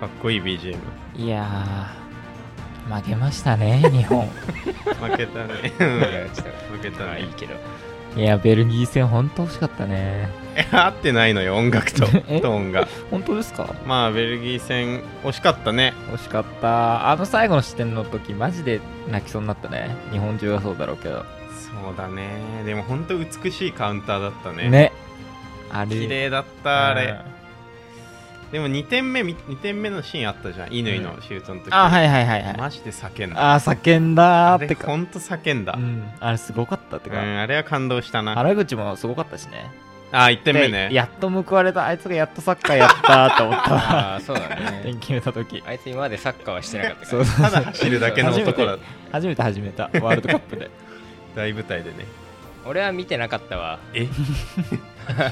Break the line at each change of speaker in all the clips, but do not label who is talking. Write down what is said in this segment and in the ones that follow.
かっこいい BGM
いやー負けました ね日本
負けたね
やちょっ
負け
と
た
まあいい
ね
けど
いやベルギー戦本当惜しかったね
え 合ってないのよ音楽と
え
トーン が
本当ですか
まあベルギー戦惜しかったね
惜しかったあの最後の視点の時マジで泣きそうになったね日本中はそうだろうけど
そうだねでもほんと美しいカウンターだったね
ねあれ
綺麗だったあれでも2点目み二点目のシーンあったじゃん乾のシュートの時、
うんあはいはいはいはい
マジで叫んだ
あー叫んだ
あ
ーっ
れ
てか
ほんと叫んだ、
う
うん
ん、あれすごかったってか、
あれは感動したな
原口もすごかったしね
あ1点目ね
でやっと報われたあいつがやっとサッカーやったーと思ったわ
ああそうだね
点決めた 時
あいつ今までサッカーはしてなかったか
そ
ら
う
ただ走るだけの男だ
初めて始めたワールドカッ プで
大舞台でね
俺は見てなかったわ
え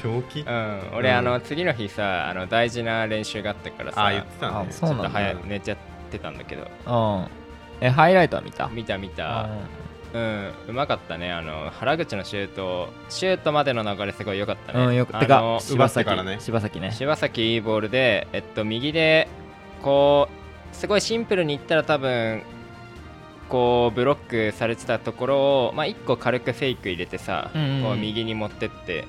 正 気
うん俺、
うん
あの次の日さあの大事な練習があったからさ
あ言ってたね
あそう
ちょっと早
なんだ
寝ちゃってたんだけど
うんえハイライトは見た
見た見た
あ
うんうまかったねあの原口のシュートシュートまでの流れすごい良かったね
うんよく
あ
てか
の
柴
奪って
崎
からね
柴崎ね
柴崎いいボールで、えっと、右でこうすごいシンプルにいったら多分こうブロックされてたところを、まあ、1個軽くフェイク入れてさ、
うんうんうん
こう右に持ってって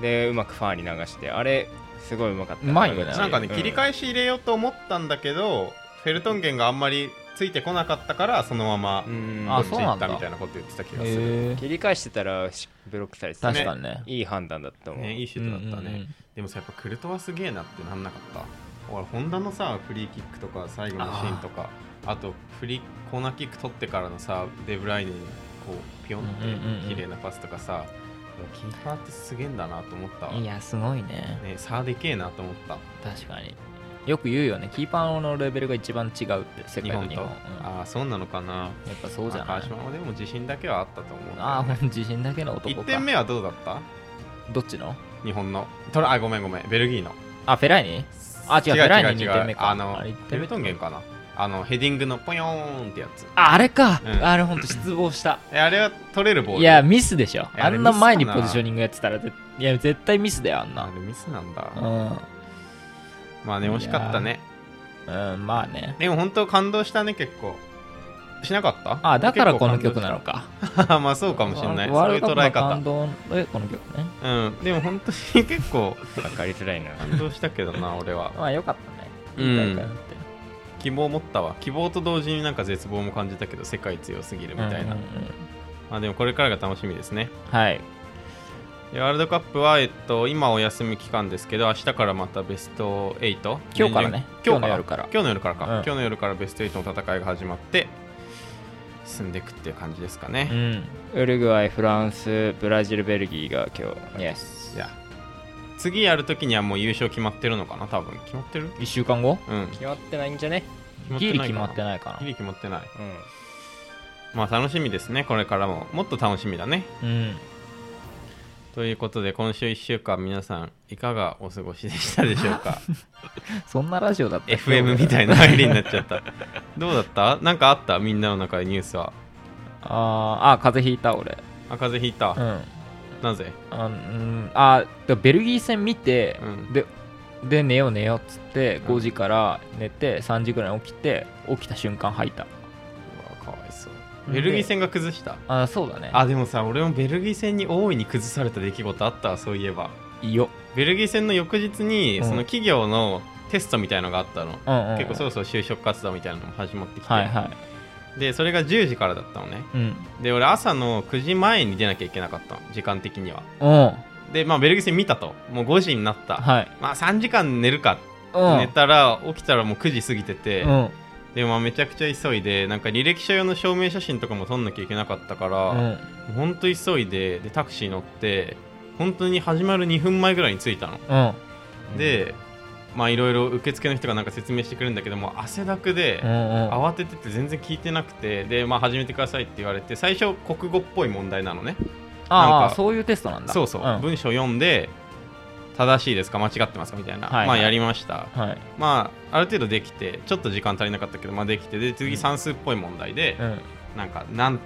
でうまくファーに流してあれすごいうまかった
うまいよね
なんかね、切り
え
返し入れようと思ったんだけどフェルトンゲンがあんまりついてこなかったからそのままこ
あ
っち
そう
行
なん
っ
だ
たみたいなこと言ってた気がする、
へえ
切り返してたらしブロックされてた、
確かにね
いい判断だと思う、
ね、いいシュートだったね、
うんうんうん
でもさやっぱクルトワすげえなってなんなかった俺本田のさフリーキックとか最後のシーンとかあとフリーコーナーキック取ってからのさデブライネにこうピョン
うんうんうん
って綺麗なパスとかさ、キーパーってすげえんだなと思ったわ
い
ね
やすごいね
差でけえなと思った
確かによく言うよねキーパーのレベルが一番違うって世
日
界の
本
日
と、
本、うんや
ああそうなのかな
っぱそうじゃ
ま
な
あ
い
川島もでも自信だけはあったと思う、
ああほんと自信だけの男か
1点目はどうだった
どっちの
日本のトラあごめんごめんベルギーの
あフェライニあ違うフェライニ2点目か
あの
あれ一
ベ
点
ル
目
トンゲンかなあのヘディングのポヨーンってやつ
ああれか、
うん
あれほんと失望した
えあれは取れるボール
いやミスでしょ
いやあ
あ
れ
んな前に
ミス
ポ
かな
ジショニングやってたらぜいや絶対ミスだよあん
あ
な
れミスなんだ、
う
まあね惜しかったね
ん、うん、まあね
でも本当感動したね結構しなかった
あだからこの曲なのか
か まあそうかもしれない
ワ
そう
ー
い
ル
う
ドカ
捉え
ップの
方
感動でこの曲ね
うんでも本当に結構
分かりづらいな
感動したけどな俺 は
まあよかったねいい大会だって、
希望を持ったわ希望と同時になんか絶望も感じたけど世界強すぎるみたいな、
うんうんうん
まあでもこれからが楽しみですね
はい
でワールドカップは、えっと、今お休み期間ですけど明日からまたベスト8
今日からね
準々今日から
今日の夜か
今日の夜から
ら
か、
うん
今日の夜からベスト8の戦いが始まって進んでいくっていう感じですかね、
うん
ウルグアイフランスブラジルベルギーが今日
Yes
いや次やるときにはもう優勝決まってるのかな多分決まってる
1週間後
うん
決まってないんじゃね
ギリ決まって
い
ないか
ギリ決まってない
うん
まあ楽しみですねこれからももっと楽しみだね
なうん
ということで今週1週間皆さんいかがお過ごしでしたでしょうか
そんなラジオだった
FM みたいな入りになっちゃった どうだったなんかあったみんなの中でニュースは
あーあ風邪ひいた俺
あ風邪ひいた、
うん
なぜ
あ,、うん、あでベルギー戦見て、
うん
でで寝よう寝ようっつって
うん
5時から寝て3時ぐらいに起きて起きた瞬間吐いた
うわかわいそう
で
ベルギー戦が崩した
あそうだね
あでもさ俺もベルギー戦に大いに崩された出来事あったわそういえば
いいよ、
ベルギー戦の翌日に、
うん
その企業のテストみたいのがあったの、
うんうん、
結構そ
う
ろ
ん
そろ就職活動みたいなのも始まってきて、
はいは
でそれが10時からだったのね
いうん
で俺朝の9時前に出なきゃいけなかったの時間的には
うん
でまあベルギー戦見たともう5時になった、
はい
まあ3時間寝るかって
うん
寝たら起きたらもう9時過ぎてて、
うん
でまあめちゃくちゃ急いでなんか履歴書用の証明写真とかも撮んなきゃいけなかったから、
うん
ほんと急いででタクシー乗って本当に始まる2分前ぐらいに着いたの、
うん
でまあいろいろ受付の人がなんか説明してくれるんだけどもう汗だくで、
うんうん
慌ててて全然聞いてなくてでまあ始めてくださいって言われて最初国語っぽい問題なのねなん
あ
か
あそういうテストなんだ
そうそう、
ん
文章読んで正しいですか間違ってますかみたいな、
はいはい
まあやりました
はい
まあある程度できてちょっと時間足りなかったけどまあできてで次算数っぽい問題で、
うん
なんかなん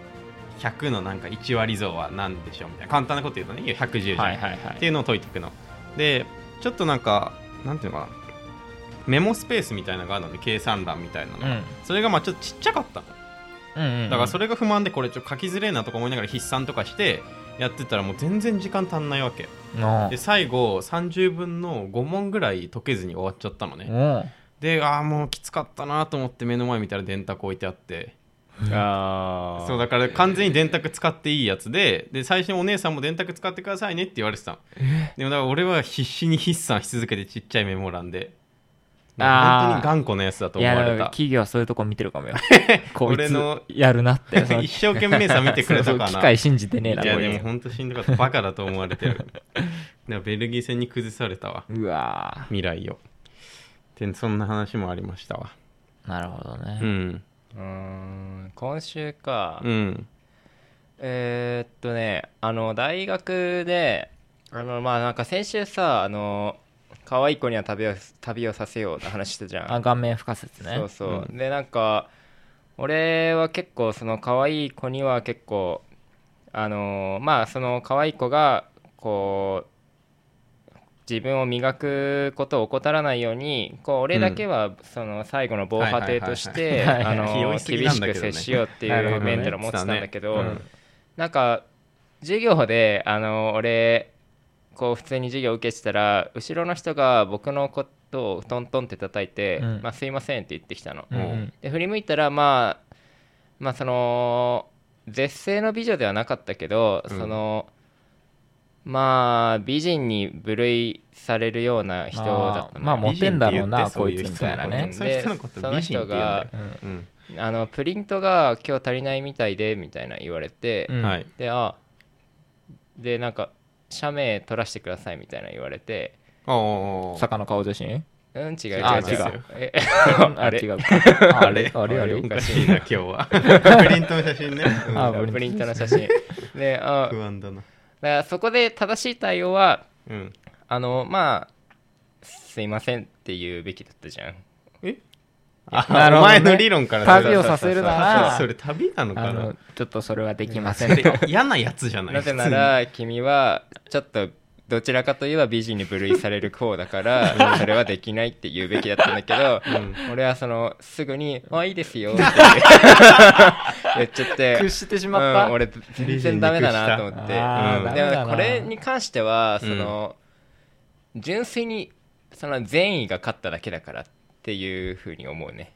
100のなんか1割増は何でしょうみたいな簡単なこと言うとねいや110じゃん、
はいはいは
っ
い
ていうのを解いていくのでちょっとなんかなんていうのかなメモスペースみたいなのがあるので計算欄みたいなの
う
が、
ん
それがまあちょっとちっちゃかったの
うんうん
だからそれが不満でこれちょっと書きづれえなとか思いながら筆算とかしてやってたらもう全然時間足んないわけ
の
で最後30分の5問ぐらい解けずに終わっちゃったのね、
おう
でああもうきつかったなと思って目の前見たら電卓置いてあって
あー
そうだから完全に電卓使っていいやつでで最初にお姉さんも電卓使ってくださいねって言われてたのでもだから俺は必死に筆算し続けてちっちゃいメモ欄で
あー
本当に頑固なやつだと
い
思わ
やだ
れ
から
た
企業はそういうとこ見てるかもよこ い
俺
つ
の
やるなって
一生懸命さ見てくれた
そう
か
そう
な
機械信じてねえない
や
こい
で
つ
も本当しんどかったバカだと思われてるだからベルギー戦に崩されたわ
うわ
未来をてそんな話もありましたわ
ーなるほどね、
うん
うーん今週か、
うん
えーっとねあの大学であのまあなんか先週さあの可愛い子には旅を旅をさせようって話してたじゃん
あ顔面不可説ね
そうそう、
う
でなんか俺は結構その可愛い子には結構あのーまあその可愛い子がこう自分を磨くことを怠らないようにこう俺だけはその最後の防波堤とし
はい
て
はいは
あ
い はい
はい
の
はい
ー厳しく接しようって
なる
い
ほ
う
どね
メンタルを持ってたんだけ
う
ど
ん
なんか授業であの俺こう普通に授業受けてたら後ろの人が僕のことをトントンって叩いて
うん
「まあすいません」って言ってきたの。
うんうん
で振り向いたらまあまあその絶世の美女ではなかったけど、
うん
そのまあ美人に部類されるような人だったのよ
まあまあモテんだろうな
美人って言ってそういう
こいつみたいなね
人そういう人のこ
で
と美人って言うんだよ
うん
うん
あのプリントが今日足りないみたいでみたいな言われて、
うん
はい
であでなんか社名取らせてくださいみたいな言われて
おお
坂の顔 写真
うん違う違う違う
あ違う
え
あ
あれ
違うかあ
あれ
あれあれ
あれ
おかしいな今日はプリントの写真ね、うん
あ
プリントの写真であだか
不安だな
らそこで正しい対応は
うん
あのまあすいませんって言うべきだったじゃん
あ
なるほどね
お前の理論から
旅をさせるなら
それ旅なのか
あ
な
のちょっとそれはできま せ
そ
んと
れ嫌なやつじゃない
なぜなら君はちょっとどちらかといえば美人に部類される方 だからそれはできないって言うべきだったんだけど
普通に
俺はそのすぐに「あいいで すよ」って言っちゃって
屈してしまった、
うん、俺全然ダメだなと思って
あー
うん
ダメだ
で
な
もこれに関しては
う
そ
ん
の、純粋にその善意が勝っただけだからっていうふうに思うね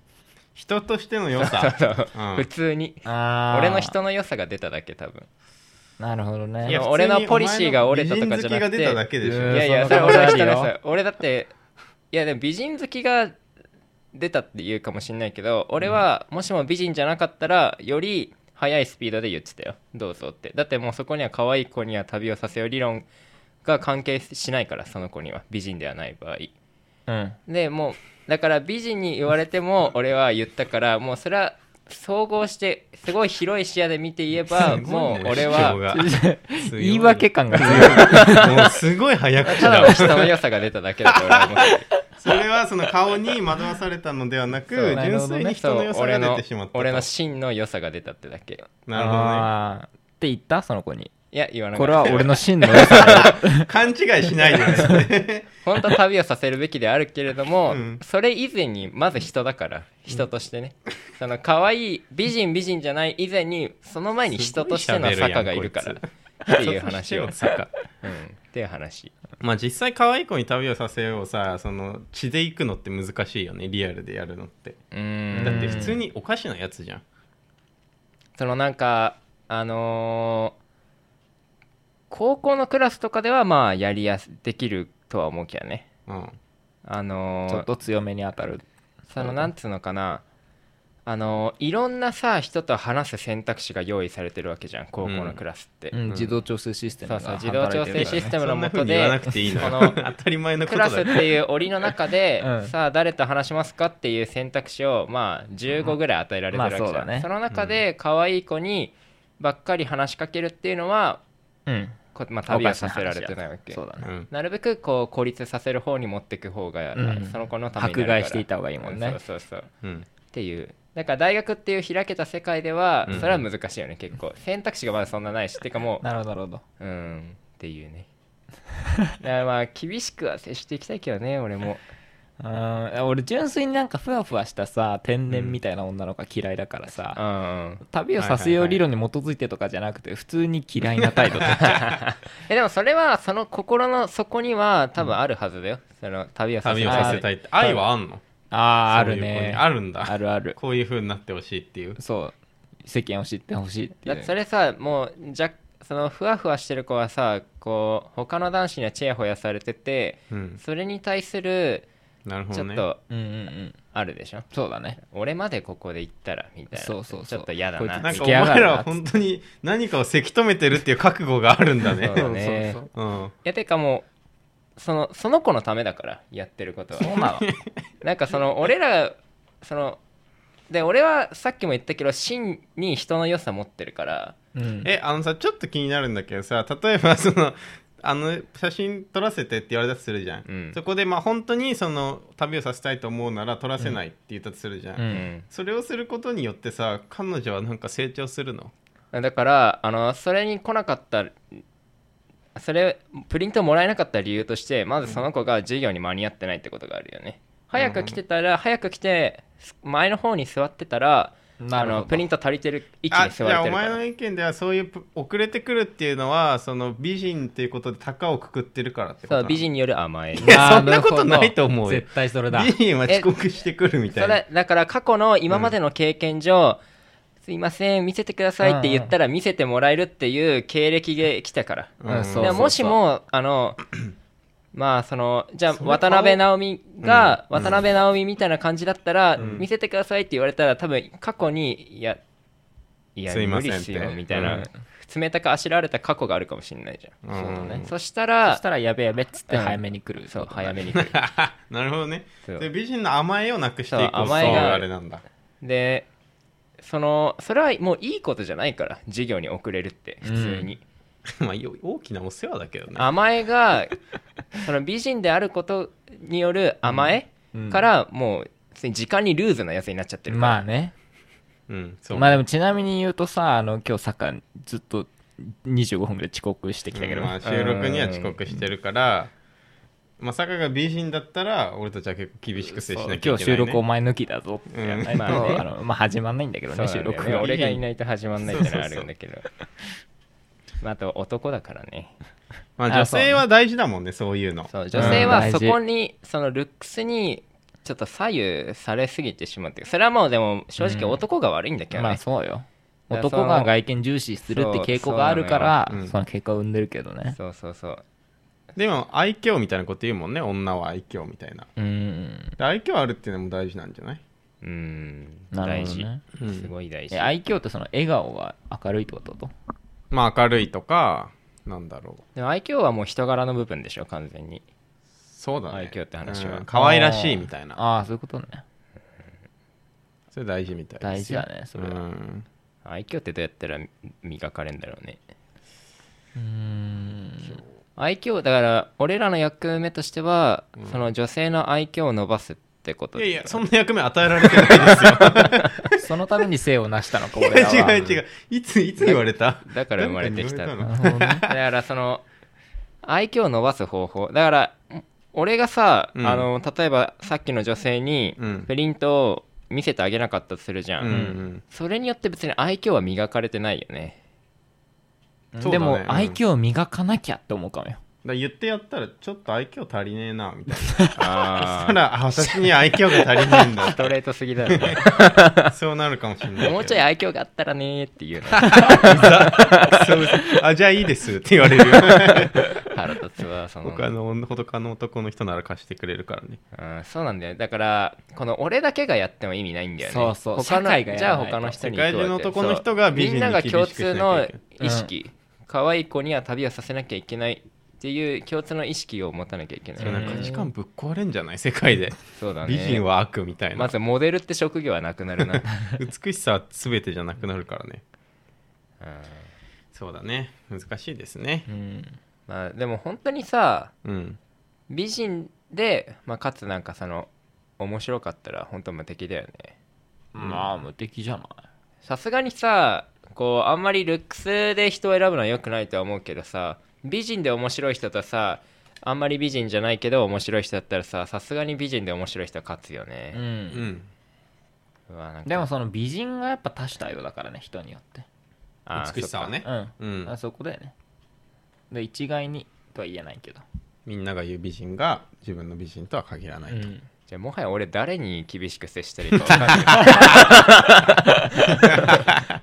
人としての良さ
そうそう
うん
普通に
あー
俺の人の良さが出ただけ多分
なるほどね
いや俺のポリシーが折れたとかじゃなくて
美人好きが出ただけでし
う
ょ
ん
いやいやそ
そんな
れ俺の
ことあ
人
るよ
の良さ俺だっていやでも美人好きが出たっていうかもしんないけど俺はもしも美人じゃなかったらより速いスピードで言ってたよどうぞってだってもうそこには可愛い子には旅をさせよう理論が関係しないからその子には美人ではない場合
うん
でもうだから美人に言われて も俺は言ったからもうそれは総合してすごい広い視野で見て言え ば
すごい
も
ね
う俺
主張
は
が強い
言い訳感 が強い
もうすごい早口
ただ
だ
の
わ
人の良さが出ただけだと俺は思ってる
それはその顔に惑わされたのではなく
そう
純粋に人の良さ
俺
が出
の
てしまったと
俺の真の良さが出たってだけ
なるほどね
あーって言ったその子に
いや言わなか
こ
っ
れ
た
は俺の真の良さだよ
勘違いしないでね
本当は旅をさせるべきであるけれども、
うん
それ以前にまず人だから人としてね、その可愛い美人美人じゃない以前にその前に人としての坂がいるからっていう話を、うん、っ
そっか
ていう話
まあ実際可愛い子に旅をさせようさその血で行くのって難しいよねリアルでやるのって
うーん
だって普通におかしなやつじゃん
そのなんかあのー高校のクラスとかではまあやりやすできるとは思うけどね
うん
あの ー
ちょっと強めに当たる
そのなんつうのかなあのいろんなさ人と話す選択肢が用意されてるわけじゃん高校のクラスって、
うん自動調整システム
そう
が
そう
働
自
いてる
動
からね
調整システム
そ
の
ん
も
な風
と
に言わな
で
くていいの
そ
よ
の
当たり前のこ
ク
とだ
ラ
よ
スっていう檻の中で、
うん
さあ誰と話しますかっていう選択肢をまあ15ぐらい与えられてるわけじゃん、
まあそうだね
その中で可愛い子にばっかり話しかけるっていうのは、
うん
こまあ、旅をさせられてないわけ
そうだね
うん
なるべくこう孤立させる方に持っていく方が、
うん
その子のためにな
迫
るから
害していた方がいいもん
う
ね
んそうそうそう
うん
っていうだから大学っていう開けた世界では
うん
それは難しいよね、結構選択肢がまだそんなないしっていうかも
なるほどなるほど
う うんっていうねだからまあ厳しくは接していきたいけどね俺も
うん俺純粋になんかふわふわしたさ天然みたいな女の子が嫌いだからさ、
うん
旅をさせよう理論に基づいてとかじゃなくて普通に嫌いな態度とか
えでもそれはその心の底には多分あるはずだよ、その旅をさせ
旅
る
をさせたいって愛はあんの
あ ああ
そういう
る
子に
ね
あるんだ
あるある
こういう風になってほしいっていう
そう世間を知ってほしいってい
だっ
う
てそれさもうじゃそのふわふわしてる子はさこう他の男子にはチヤホヤされてて
うん
それに対する
なるほ
ち
ど
ょっ
ね
と
うんうんうん
あるでしょ、
そうだね
俺までここで行ったらみたいな
そうそうそう
ちょっと嫌だな
こ
ないん
つ
か
付
お
き
前
上がる
ら
な
は本当に何かをせき止めてるっていう覚悟があるんだね
そうだね
そう
うん
いやてかもうそのその子のためだからやってることは
そうなの
なんかその俺らそので俺はさっきも言ったけど真に人の良さ持ってるから
うん
えあのさちょっと気になるんだけどさ例えばそのあの写真撮らせてって言われたとするじゃん、
うん
そこでまあ本当にその旅をさせたいと思うなら撮らせないって言ったとするじゃん、
う
うんん
それをすることによってさ彼女はなんか成長するの
だからあのそれに来なかったそれプリントもらえなかった理由としてまずその子が授業に間に合ってないってことがあるよね早く来てたら早く来て前の方に座ってたら
な
あ
るほ
の
ど
プリント足りてる位置
あ
に
じ
座れ
ゃあ
て
お
るか
前
ら
の意見ではそういうぷ遅れてくるっていうのはその美人っていうことで高をくくってるからってこと
そ
な
う
の
美人による甘え
いやそんなことないと思うよ
絶対それだ
美人は遅刻してくるみた
そ
いな
れだから過去の今までの経験上、すいません見せてくださいって言ったら見せてもらえるっていう経歴で来たから
うん
うんそう
で
そう
ももしもあ のまあそのじゃあ
それ
渡辺直美が、
うんうん
渡辺直美みたいな感じだったら、
うん
見せてくださいって言われたら多分過去にいやいや
すいません
無理っすよ
って
みたいな、
うん
冷たくあしられた過去があるかもしれないじゃん、
うん
そうだねそした
そ
ら
したらやべやべっつって
うん
早めに来る、
そう早めに 来る
なるほどね
そう
で美人の甘えをなくしていこ
そう
うそう
甘え
い
が
うあれなんだ
でそのそれはもういいことじゃないから授業に遅れるって普通に、
まあ、よ大きなお世話だけどね。
甘えが その美人であることによる甘え
うん
からもう普通に時間にルーズなやつになっちゃってるから、
まあね
うん、そう。
まあでもちなみに言うとさあの今日サッカーずっと25分ぐらい遅刻してきたけど、
まあ、収録には遅刻してるから、まさかが美人だったら、俺たちは結構厳しく接しなきゃ
今
いけ
日収
ない、ね。
録お前抜きだぞってやんないと、
うんまあね
あのまあ、始まんないんだけど
そう
ね
なんだ
収
よね
録は
俺がいないと始まんないってのはあるんだけどまああと男だからね
まあ、
あ
女
そうね
性は大事だもんね、そういうの。
そう女性は
うん
そこにそのルックスにちょっと左右されすぎてしまってそれはもうでも正直
うん
男が悪いんだけどね、
まあそうよ
いやその
男が外見重視するって傾向があるから
そうそうなのようん
その結果を生んでるけどね
そうそうそう
でも、愛嬌みたいなこと言うもんね、女は愛嬌みたいな。
うん
で愛嬌あるっていうのも大事なんじゃない、
うん
なる
大
ほど
事、
ね
うん
すごい大事
え愛嬌ってその笑顔が明るいってことと
まあ、明るいとか、なんだろう。
でも愛嬌はもう人柄の部分でしょ完全に
そうだね。
愛嬌って話は
うん可愛らしいみたいな。
ああそういうことね
それ大事みたい
大
です
事
よ
だねそれ
う
は
ん。
愛嬌ってどうやったら磨かれるんだろうね
うん
愛嬌だから俺らの役目としては、
うん
その女性の愛嬌を伸ばすってこと
いやいや、そん
ん
な役目与えられてない ですよ。
そのために性をなしたのか
い
俺らは
や違う違う。いつ、いつ言われた
だから生まれてきた
誰かに言われの
なるほどね
だからその愛嬌を伸ばす方法だから俺がさ、
うん
あの例えばさっきの女性に
うん
プリントを見せてあげなかったとするじゃん、
うんうん
それによって別に愛嬌は磨かれてないよね
そうだね
でも、
うん
愛嬌を磨かなきゃって思うかもよ
だから言ってやったらちょっと愛嬌足りねえなみたいな
あ
ただあ私に愛嬌が足りねえん
ストレートすぎだよね
だそうなるかもしれないけど
もうちょい愛嬌があったらねーっ ていうの
そうあじゃあいいですって言われ るよ
腹立つわその
他の他の男の人なら貸してくれるからね
うん、そうなんだよだからこの俺だけがやっても意味ないんだよね
そうそう
他
社
の
会がや
じゃ
ら
あ
ないと
他の人に
世界中の男の人が美人に
みんなが共通の
厳しくしなきゃい
意識、可愛い子には旅をさせなきゃいけないっていう共通の意識を持たなきゃいけない
そ
よ
れ
ね、
なんか価値観ぶっ壊れんじゃない世界で
そうだね
美人は悪みたいな、
まずモデルって職業はなくなるな、うん
美しさは全てじゃなくなるからねそうだね難しいですね
うん
まあ、でも本当にさ
うん
美人で、まあ、かつなんかその面白かったら本当無敵だよね
まあ無敵じゃない
さすがにさこうあんまりルックスで人を選ぶのは良くないとは思うけどさ美人で面白い人とさあんまり美人じゃないけど面白い人だったらささすがに美人で面白い人は勝つよ
う、
ね、
うんん
うわなんか
でもその美人がやっぱ多種多様だからね人によって
あー
美しさはね
うん、
うん
あそこだよねで一概にとは言えないけど、
みんなが言う美人が自分の美人とは限らない、
うん、
そっかじゃあもはや俺誰に厳しく接してるか分かんな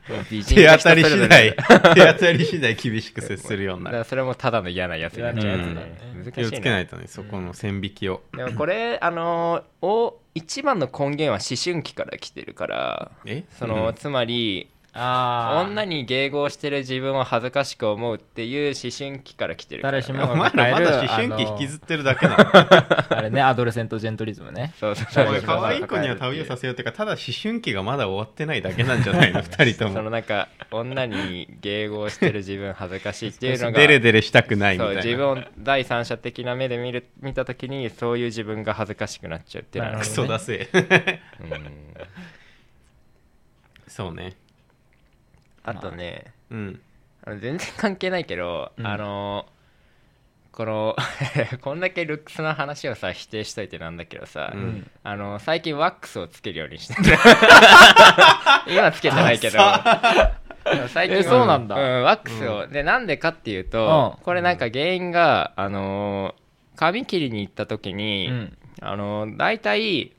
いもう美 人
手当
が人そ
た
れ
り
ぞれ
次第 手当たり次第厳しく接するようにな
だか
る
らそれもただの嫌なやつになっちゃうやつだね、
うん
難しい
気を
な
つけないとねそこの線引きを、
でもこれあのーお一番の根源は思春期から来てるから
え
その、
うん
つまり
ああ
女に迎合してる自分を恥ずかしく思うっていう思春期から来てるか
誰
ら
しも
お前らまだ思春期引きずってるだけなの
あれねアドレセントジェントリズムね
そうそうそ
お
う
前可愛い子には旅をさせようっていうかただ思春期がまだ終わってないだけなんじゃないの二人と
その
も
なんか女に迎合してる自分恥ずかしいっ ていうのが
デレデレしたくないみ
そう
た
自
いな
分を第三者的な目で見る見た時にそういう自分が恥ずかしくなっちゃうっていうのが
な
ク
るほ
ソだせえ
うん
そうね
あとね、
うん
あの全然関係ないけど、
うん
あのこの こんだけルックスの話をさ否定しといてなんだけどさ、
う
うんん
あの最近ワックスをつけるよう にしてる今つけてないけどでも最近は
えそうなんだ
ワックスを、でなんでかっていうと、
うん
これなんか原因があの髪切りに行った時に、
うん
あの大体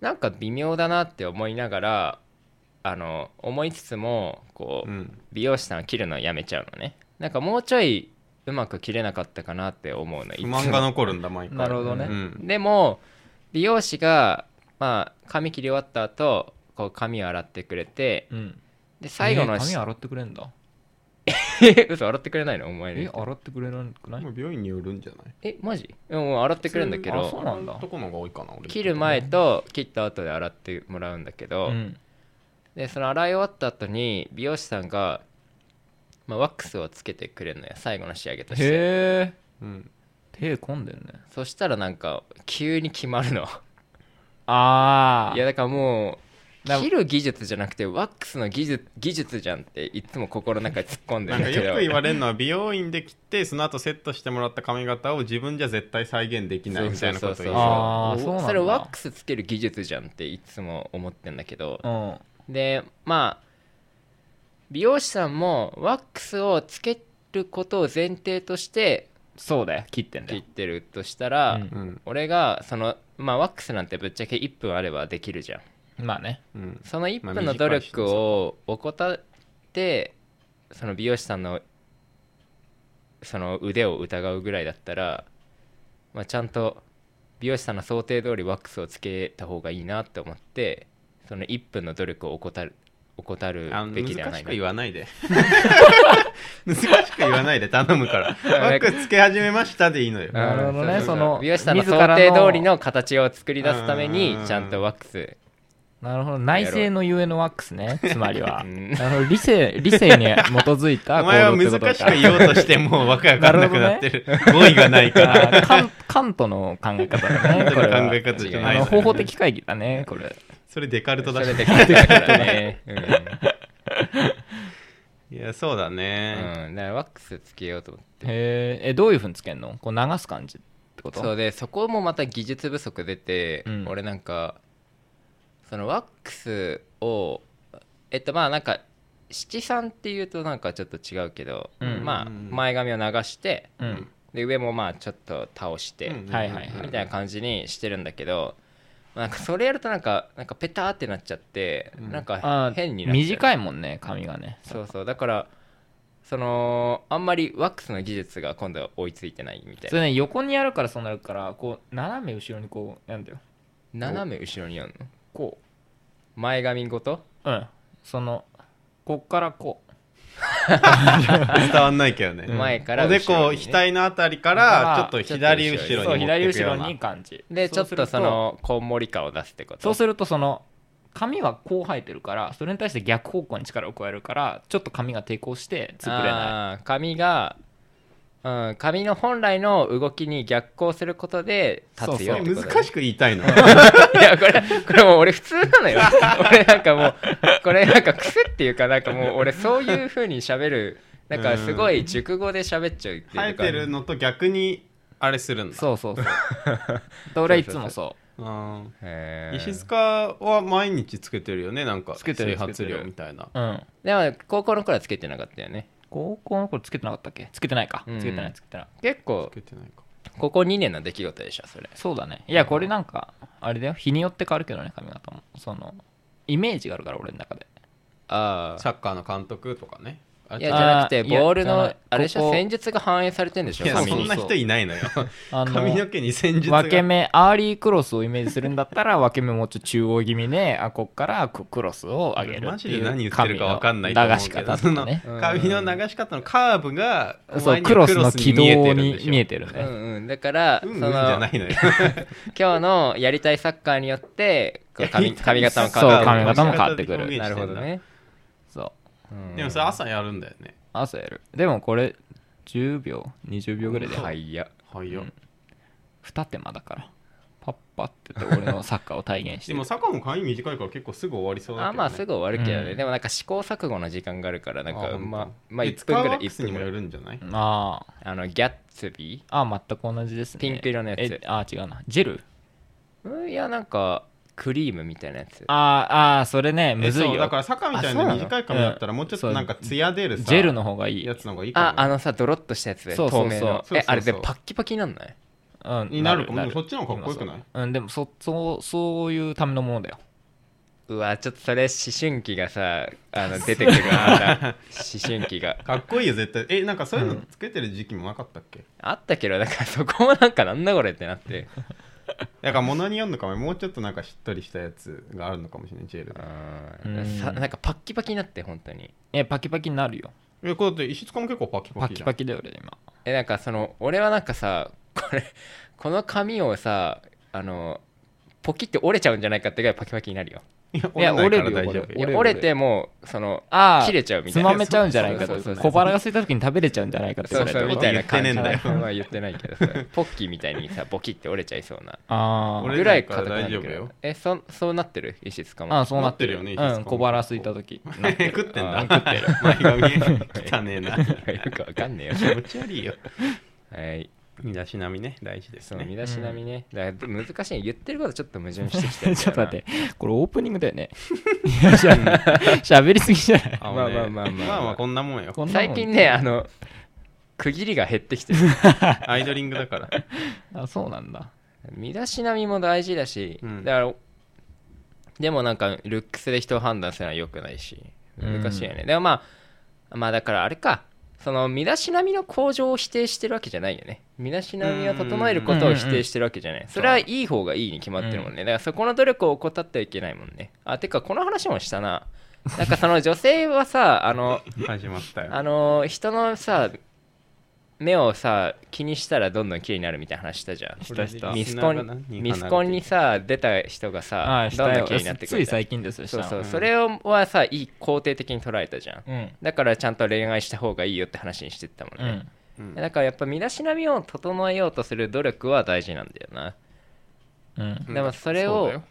なんか微妙だなって思いながらあの思いつつもこう、
うん
美容師さんを切るのをやめちゃうのねなんかもうちょいうまく切れなかったかなって思うのいつ
不
も
満が残るんだ毎回
なるほどね
うん
でも美容師がまあ髪切り終わった後こう髪を洗ってくれて
うん
で最後の
えー
し、
髪洗ってくれんだ
嘘洗ってくれないのお前
え
に
洗ってくれなくない
まあ病院によるんじゃない
えマジでももう洗ってくれるんだけ
あそう
ど
なんだ
とこの方が多いかな俺
切る前と切った後で洗ってもらうんだけど、
うん
でその洗い終わった後に美容師さんが、まあ、ワックスをつけてくれるのよ最後の仕上げとして
へえ
うん
手込んでんね
そしたらなんか急に決まるの
あ
い
い
や
や
だからもう
だ
切る技術じゃなくてワックスの技術技術じゃんっていつも心の中に突っ込んで
な
る
んか
んだけ
よく言
ど
われるのは美容院で切 ってその後セットしてもらった髪型を自分じゃ絶対再現できないみたいなこと
そうそ
言
うそうう
あーそうなんだ
それワックスつける技術じゃんっていつも思ってんだけど
うん
でまあ美容師さんもワックスをつけることを前提として
そうだよ切ってんだ
切
よ
ってるとしたら、
うん
うん
俺がそのまあワックスなんてぶっちゃけ1分あればできるじゃん
まあね
うん
その1
まあ
分の努力を怠ってその美容師さんのその腕を疑うぐらいだったら、まあ、ちゃんと美容師さんの想定通りワックスをつけた方がいいなと思ってその1分の努力を怠る怠る
あの
べきでは
難
な
し
い
く
な
言わないで 難しく言わないで頼むからワックスつけ始めましたでいいのよ
なるほどね
うんううう
その
美容師さんの
自
想
らの
定通りの形を作り出すため
うんう
に
んうん
ちゃんとワックス
なるほど内政のゆえのワックスねつまりは
うん
なるほど理性理性に基づい た
お前は
行動ってこと
難し
か
く言おうとしてもうわけわかんなくなってる語彙がないから
あー カンカントの考え方 だねこれは
考え方じゃな
あ
い
の
の
方法的会議だねこれ
それデカルト
そ
だし
れで買ってくるからね、 うん
いやそうだね
うん、だからワックスつけようと思って
へーえどういうふうにつけんのこう流す感じってこと
そうでそこもまた技術不足出て、
うん
俺なんかそのワックスをえっとまあなんか七三っていうとなんかちょっと違うけど、
うん
まあ前髪を流して
うん
で上もまあちょっと倒して、
うん
はいはいはい
みたいな感じにしてるんだけどなんかそれやるとなんかなんかペターってなっちゃって、
うん
なん
あ
か
ー
変になっちゃう
短いもんね髪がね
そうそうだからそのあんまりワックスの技術が今度は追いついてないみたい
そ
な
れね横にやるからそうなるからこう斜め後ろにこうなんだよ
斜め後ろにあるの
こ
前髪ごと
ううんそのこっからこう
伝わんないけどね、
うん
前から
おで
後ろ
こ
にね
額のあたりからちょっと左後
ちょ
ろ
っ
そう
に持って
左
いくよ
後
う
ろ
な
に感じ
でちょっ
そうする
とそのこんもり感を出すってこと
そうするとその髪はこう生えてるからそれに対して逆方向に力を加えるからちょっと髪が抵抗して潰れない
あー髪が、うん、髪の本来の動きに逆行することで立つよってことだね
難しく言いたいの
いやこれこれもう俺普通なの よ俺なんかもうこれなんか癖っていうかなんかもう俺そういうふうに喋るなんかすごい熟語で喋っちゃうっていうか
生えてるのと逆にあれするんだ
そうそ うそうで俺はいつもそう
あ
へ
ー
ー
石塚は毎日つけてるよねなんか
つけてる
整
つけ
髪
てる
量みたいな
うん
でも高校の頃はつけてなかったよね
高校の頃つけてなかったっけつけてないか、
うん
つけてないつけてない
結構
つけてないか
ここ2年の出来事でしょそれ
そうだねいやこれなんかあれだよ日によって変わるけどね髪型もそのイメージがあるから俺の中で
ああ
サッカーの監督とかねあ
いや
違
じ
う
ゃなくて
あーいや
ボール
じゃな
の
い
あれでし
こ
ょ
こ
戦術が反映されてんでしょ
いや
そう
そ
髪
そうん
な人いないのよ
あの
髪の毛に戦術が
分け目アーリークロスをイメージするんだったら分け目もうちょっと中央気味であこっからこうクロスを上げる
マ
って
ジ
いう
で何言ってるか分かんないと
髪
思
の
う
流し
け
方
ど
と
そ
か
の
ね
髪の流し方のカーブがお
そ
前
う
には
クロスの軌道に見え
て
てる
う
ね
んうんだから、
るでしょうんうん
そ
じゃ
の
ないのよ
今日のやりたいサッカーによってこう 髪髪型も変
そう
わる
髪型も変わってくる
表現
な
して
る
んだ
ほどね、
そう
うん
でもさ朝やるんだよね
朝やるでもこれ10秒20秒ぐらいではいや
はいよ
うん二手間だからパッパって言って俺のサッカーを体現し
で
てる
も坂も髪短いから結構すぐ終わりそうだけど
あ
ね
まあすぐ終わるけどね、
うん
でもなんか試行錯誤の時間があるからなんか
あ
まあ
本当
まあ
で
1
使
分ぐらい
うワック
1
スに
分
も
ぐら
よる
い
んじゃない
ああ
あのギャッツビ
ああ全く同じですね
ピンク色のやつ
えああ違うなジェル
ーうんいやなんかクリームみたいなやつ
ああああそれねむず
え
い
そうだか
よ
ら坂みたい
あそう
な
なの
短い髪だったらもうちょっとなんか艶出るさ
ジェルの方がいい
やつの方がいいかも
あ
ね
あのさドロッとしたやつで
そうそうそう
透明の
そうそうそう
えあれでパッキパキなんない
うん
になるかもでもそっちの方が
今
かっこ
そう
よくない
うんでもそそうそういうためのものだよ
うわちょっとそれ思春期がさあの出てくるな思春期が
かっこいいよ絶対えなんかそういうのつけてる時期もなかったっけ
あったけどだからそこもなんかなんだこれってなって
だから物によるのかももうちょっとなんかしっとりしたやつがあるのかもしれないジェル
うん
うん
さなんかパッキパキになって本当に
えパキパキになるよ
えこれだって石塚も結構パキパ
パ
キ
キ
じゃん
パキだよ俺今
えなんかその俺はなんかさこれこの紙をさあのポキって折れちゃうんじゃないかってぐらいパキパキになるよ
いや
折れないか
折れ
ら
るよ
大丈
こ
夫よ
れ
いや
折れる
折れてもうその
ああ
切れちゃうみた
つ
いな
まめちゃうんじゃないか
そう
と
そうそう
小腹が空いた時に食べれちゃうんじゃないかって
そうそうみ
こと
たいな感じ
言ってねえんだよ
まあ言ってないけどさポッキーみたいにさボキって折れちゃいそうな
あ
俺
ー
折れ
ぐら
ない
い
から
硬くなる
大
け
丈夫
ど
よ
えそそうなってる石塚も
あーそうなってる
なってるよね
うん小腹空いた時なって る
食ってん
あ
だ
ー食って
前
る
髪汚ねえな
何がいるかわかんねえ よ
気持ち悪いよ
はい
身だしなみね大事です
そう身
ね
だしなみね、だから難しい言ってることちょっと矛盾してきたよな
ちょっと待って、これオープニングだよね。 いやしゃ喋りすぎじゃない
あもうね
まあまあまあまあ
まあまあこんなもんよ
こんなもん
最近ねあの区切りが減ってきてる
アイドリングだから
あ、そうなんだ。
身だしなみも大事だし、
うん
だからでもなんかルックスで人を判断するのは良くないし
うん
難しいよね、でもまあまあだからあれかその身だしなみの向上を否定してるわけじゃないよね身だしなみを整えることを否定してるわけじゃない、それはいい方がいいに決まってるもんね、だからそこの努力を怠ってはいけないもんねあてかこの話もしたななんかその女性はさあの
始まったよ
あのー人のさ目をさ気にしたらどんどん綺麗になるみたいな話したじゃん
したした
ミスコンミスコンにさ出た人がさ
あ、し
どん
た
どん
よ
綺麗になってく
つ
る
い
じゃん
最近ですよ、
そう
した
そ
の
うそれをはさいい肯定的に捉えたじゃん
うん。
だからちゃんと恋愛した方がいいよって話にしてったもん
う
ね
ん。
うん
だからやっぱ身だしなみを整えようとする努力は大事なんだよな
うん。
でもそれ
そう
を
だよ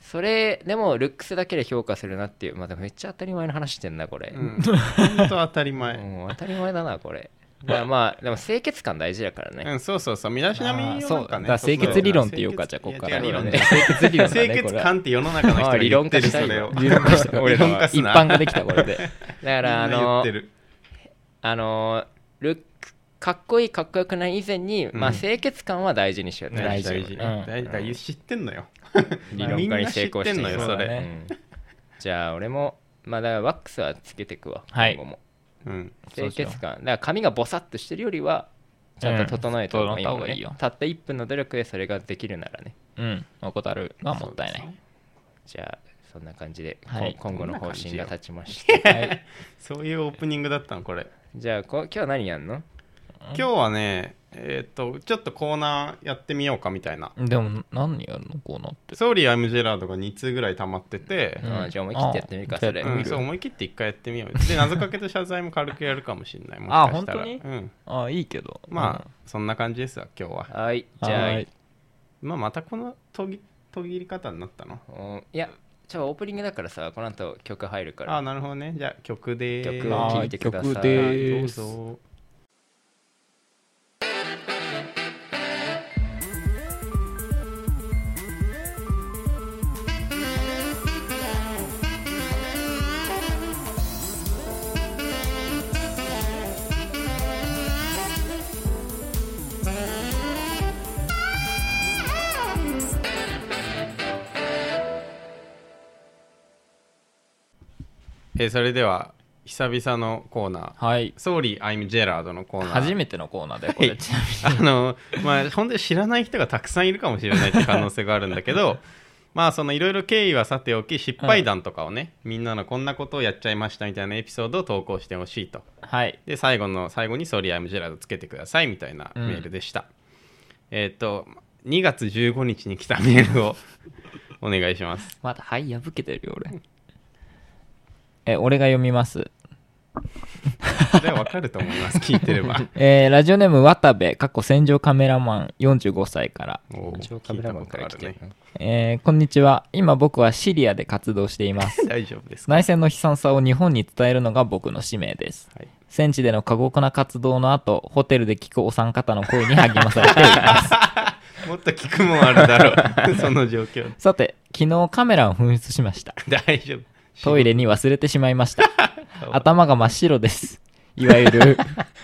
それでもルックスだけで評価するなっていうまあでもめっちゃ当たり前の話してんなこ れ
うん本当当たり前
もう当たり前だな これだからまあでも清潔感大事だからね
うんそうそうそう身だしなみを
あー
な
そ
ん
うだ
か
か
ね
ら清潔理論っていうか、じゃ
そ
あ、こ
そ
こから。
いや違う
ね清潔理論だ
清
ね、こ
潔
れは。
感って世の中の人
あ
が
理
言
論
っ
化
てる
したい
それを
理論 化した
俺
俺
ら
ら
は
一般ができた、これで。
だからあ
みんな言っ
の
てる
あのルックかっこいいかっこよくない以前に、
うん
まあ清潔感は大事にしようって
大
話
事大事
ん
大事だから知ってんのよ
理論化に成功して
みんな知ってんのよ
る
それ
うんじゃあ俺もまあだからワックスはつけてくわ
はい
今後も
うん
清潔感だから髪がボサッとしてるよりはちゃんと整えた方がい
うん整え
い,、
た方がいいよ
たった1分の努力でそれができるならね
うん。怠るのはもったいない。
じゃあそんな感じで、
はい
こ今後の
どん
方
な感じよ
針が立ちました
はい
そういうオープニングだったのこれ
じゃあこ今日は何やんの
今日はねえっとちょっとコーナーやってみようかみたいな
でも、何やるのコーナーって。
ソーリーアイムジェラードが2通ぐらい溜まってて
んあじゃあ思い切ってやってみるか
あじゃあ
それ
うんそう思い切って一回やってみようで謎かけと謝罪も軽くやるかもしれないもし
あ
かしたら
本当に
うん
ああ、いいけど。
まあそんな感じですわ今日は
はい
うん、
じゃあ
はい
まあまたこの途切途切り方になったの
おいやちょオープニングだからさこの後曲入るか
あ
ら
なるほどねじゃあ曲でーす
曲を聴いてくださ
はい
い
曲でーす
どうぞえーそれでは久々のコーナー
はい
「Sorry I'm Gerard」のコーナー
初めてのコーナーでこれ、
はい
ちなみに
あのまあ本当に知らない人がたくさんいるかもしれないって可能性があるんだけど まあそのいろいろ経緯はさておき失敗談とかをね、みんなのこんなことをやっちゃいましたみたいなエピソードを投稿してほしいと
はい
で最後の最後に「ソリアムジェラードつけてください」みたいなメールでした、えーっ、と2月15日に来たメールを お願いします
まだはい破けてるよ俺え俺が読みます
それは分かると思います聞いてれ ば
えーラジオネーム渡部過去戦場カメラマン45歳から
おー
一応カメラマンから来て
聞い
る
たことあるね
えーこんにちは今僕はシリアで活動しています
大丈夫ですか、
内戦の悲惨さを日本に伝えるのが僕の使命です
はい、
戦地での過酷な活動の後ホテルで聞くお三方の声に励まされています
もっと聞くもんあるだろ うその状況
さて昨日カメラを紛失しました
大丈夫
トイレに忘れてしまいました
あ
頭が真っ白ですいわゆる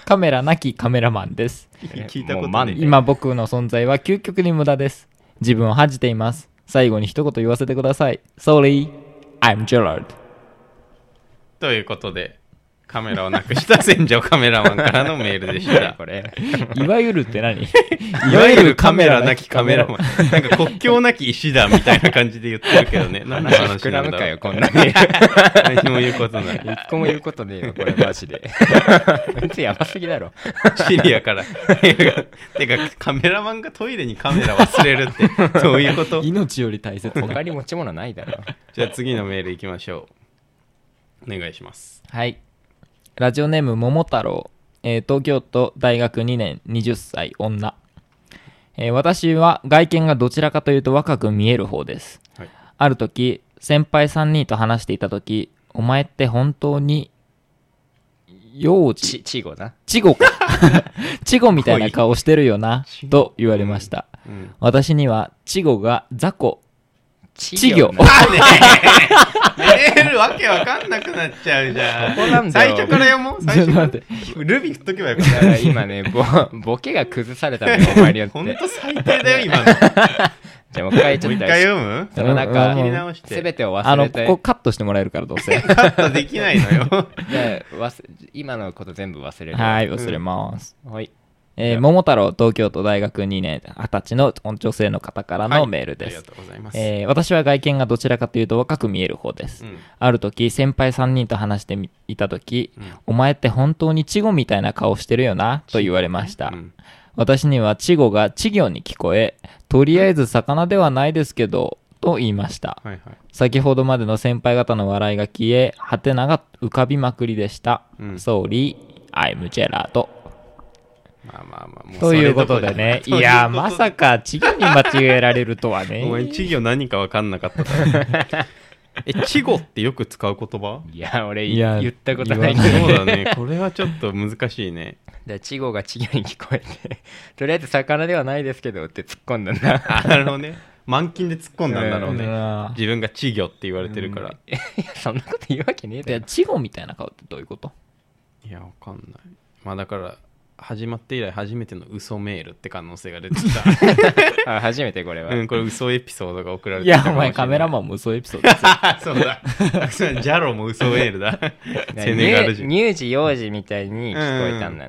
カメラなきカメラマンです
聞いたこ
も
と
う
な
マ
い
ン
今僕の存在は究極に無駄です自分を恥じています最後に一言言わせてください Sorry I'm Gerard
ということでカメラをなくした戦場カメラマンからのメールでした
これ
いわゆるって何い
いわゆるカメラなきカメラマンなんか国境なき石だみたいな感じで言ってるけど ね何の話
膨
な
ら
ん
む
だ
か
ろ
よ
う
こんなに
何も言うことない
一個も言うことね えよこれマジで こいつやばすぎだろ
シリアから。てか、カメラマンがトイレにカメラ忘れる って、そういうこと
命より大切
他に持ち物ないだろ
じゃあ次のメールいきましょう。お願いします。
はいラジオネーム桃太郎、えー東京都大学2年20歳女、えー私は外見がどちらかというと若く見える方です
はい、
ある時先輩3人と話していた時お前って本当に幼児
ちちごな
稚語か稚語みたいな顔してるよな
稚語
と言われました
うん、
私には稚語が雑魚稚
ち
魚
な
メールわけわかんなくなっちゃうじゃん。
ここなんだ
最
よ
初から読もう。
ちょ
最
っ
初
と
から
待って
ルビー振っとけばよかっ
だから今ねボボケが崩されたのよお前によ
た。
っ
ほん
て
と最低だよ、今の。
じゃあもう一回ち
もう
ょっ
一
と
回読 む
その中
うん
切り直して。
全てを
あ
忘
の
れ
こ
て
こカットしてもらえるからどう せ
カットできないのよ。
じゃあ忘れ今のこと全部忘れる
はい忘れます、
はい
えー桃太郎東京都大学2年二十歳の女性の方からのメー ルで
はいあ
す
り、がとうございます。
えー私は外見がどちらかというと若く見える方です、
うん
ある時先輩3人と話してみいた時、お前って本当に稚語みたいな顔してるよなと言われました、
うん
私には稚語が稚魚に聞こえとりあえず魚ではないですけどと言いました、
はいはい。
先ほどまでの先輩方の笑いが消えはてなが浮かびまくりでした、
うん
Sorry I'm Gerard
まあまあまあ、もうそ
と
れ
い
ど
うこ
ろ
と
じゃ
で
な
ね、いやー、ま
か。
さか、稚魚に間違えられるとは
お前、
ね。
稚魚何か分かんなかった から。え、稚魚ってよく使う言葉
いや俺
いや
言ったことない
言
け
そ
わ な
ど
うだね。これはちょっと難しいね。
で稚語が稚魚に聞こえて とりあえず魚ではないですけどって突っ込んだんだ
あのね、満金で突っ込んだんだろう
う
ね。
わ
自分が稚魚って言われてるから。
いやそんなこと言うわけねえ
で
だろ
稚魚みたいな顔ってどういうこと
いや、わかんない。まあだから、始まって以来初めての嘘メールって可能性が出てき た。
あ初めてこれは、
うん、これ嘘エピソードが送られ
い
てきた
や、
かも しれない。
お前、カメラマンも嘘エピソード。
ン。そうだ。 ジャロも嘘メールだ。
な
セネガル
乳
人。
乳児幼児みたいに聞こえたんだ、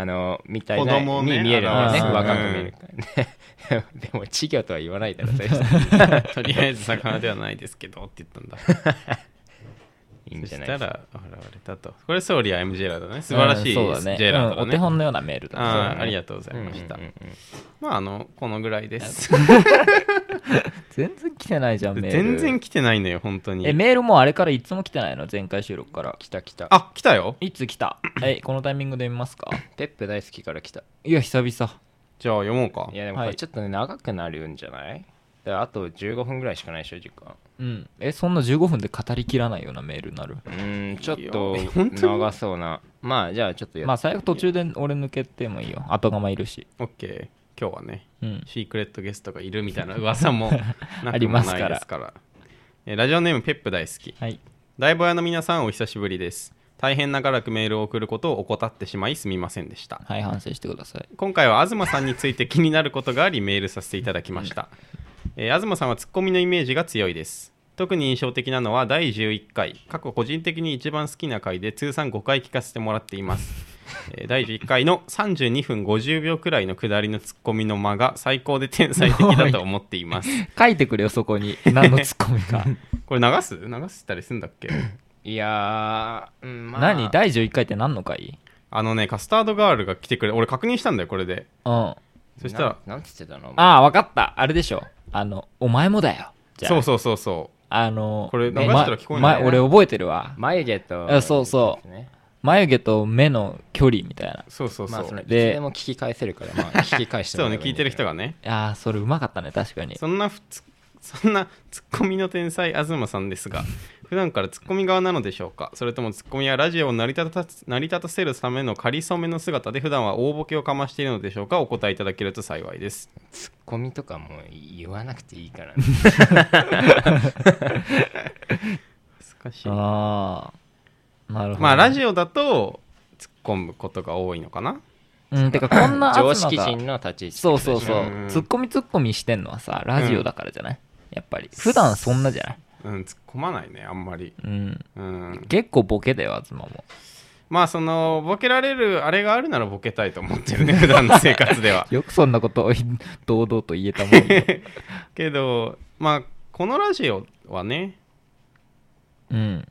あのみたい
子
な、
供ね
に見えるのね
あー
若く見えるからね でも稚魚とは言 わないだろそれ
とりあえず魚ではないですけどって言ったんだ。
いいん
そ
じゃ
し
な
た、
いですから
笑われたと。これ、ソーリー I'm ジェラードね。 素晴らしい
うんそう
で
だ
す、
ね
ジェラー
うん
ド
お
だ
手
ね。
本のようなメールだね
あーありがとうございました。
うんうんうんうん
まあ、あの、このぐらいです。
全然来てないじゃん、メール。
全然来てないのよ、本当
え、
に。
メールもあれからいつも来てないの前回収録から。
来た来た
あ、来たよ。
いつ来たえ、このタイミングで見ますか
ペップ大好きから来た
いや、久々。
じゃあ、読もうか
い。やでもこ
は
れ
い
ちょっとね長くなるんじゃないだからあと15分ぐらいしかないでしょ時間
うん。え、そんな15分で語りきらないようなメールになる。
うーんちょっと
いや本当に
長そうなまあじゃあちょっとやっ
まあ、最悪途中で俺抜けてもいいよ。後釜いるし。
オッケー。今日はね、
うん。
シークレットゲストがいるみたいな噂 もな
あ
く
り
も
ます
な
から
いですから。えラジオネーム、ペップ大好き。
はい。
大坊屋の皆さん、お久しぶりです。大変長らくメールを送ることを怠ってしまいすみませんでした。
はい、反省してください。
今回は東さんについて気になることがありメールさせていただきました、えー東さんはツッコミのイメージが強いです特に印象的なのは第11回過去個人的に一番好きな回で通算5回聞かせてもらっています、えー第11回の32分50秒くらいの下りのツッコミの間が最高で天才的だと思っています
書いてくれよそこに何のツッコミか
これ流す流したりすんだっけ
いやー、うん、まあ
何第11回って何の回
あのねカスタードガールが来てくれ俺確認したんだよこれで
うんあ
そしたら
ななんつってたのお前
あ分かったあれでしょあのお前もだよじゃあ
そうそうそうそ
あの
これ流
ま
したら聞こえない
ま俺覚えてるわ
眉毛と、
あそうそう
ね
眉毛と目の距離みたいな
うそうそうそ
ま
う、
あそのいつ
で
でも聞き返せるからまあ聞き返して
そうね 聞いてる人
が
がね
あーそれうまかったね確かに
そんなふつそんなツッコミの天才東さんですが 普段からツッコミ側なのでしょうかそれともツッコミやラジオを成り立た成り立たせるための仮初めの姿で普段は大ボケをかましているのでしょうかお答えいただけると幸いです
ツッコミとかもう言わなくていいから、ね、
難しい
ああなるほど
まあラ
ジ
ジオだと突っ込むことが多いのかな
うん てかこんな
常
東が
識人の立ち位置
そうそうそう
うんうん
ツッコミツッコミしてんのはさラジオだからじゃない、やっぱり普段そんなじゃない
うん突っ込まないねあんまり
うん
うん
結構ボケだよ東も
まあそのボケられるあれがあるならボケたいと思ってるね 普段の生活では
よくそんなことを堂々と言えたもんね
けどまあこのラジオはね
うん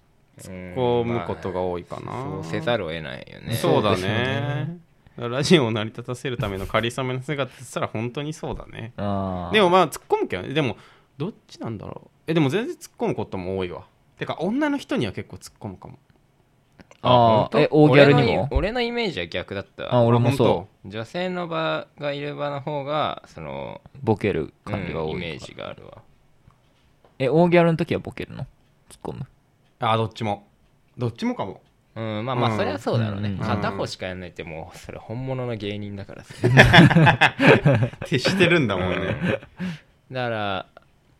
うん
こうむことが多いかな、
まあそうせざるを得ないよね
そうだ
そうですよね
ねラジオを成り立たせるための仮初めの姿って言ったら本当にそうだね
あー
でもまあ突っ込むけどねでもどっちなんだろうえでも全然突っ込むことも多いわてか女の人には結構突っ込むかも
あ
本当
ーえ大ギャルに
俺の
も
俺のイメージは逆だった
あ俺も
あ
そ
本
女性の場がいる場の方がその、
うボケる
うん
感じが多い、
イメージがあるわ
え大ギャルの時はボケるのツッコむ
当あどっちもどっちもかも
うんまあま
う
あ
ん
それはそうだろうね、
うん
片方しかやんないってもうそれ本物の芸人だからさ
徹してるんだもん ね、
だから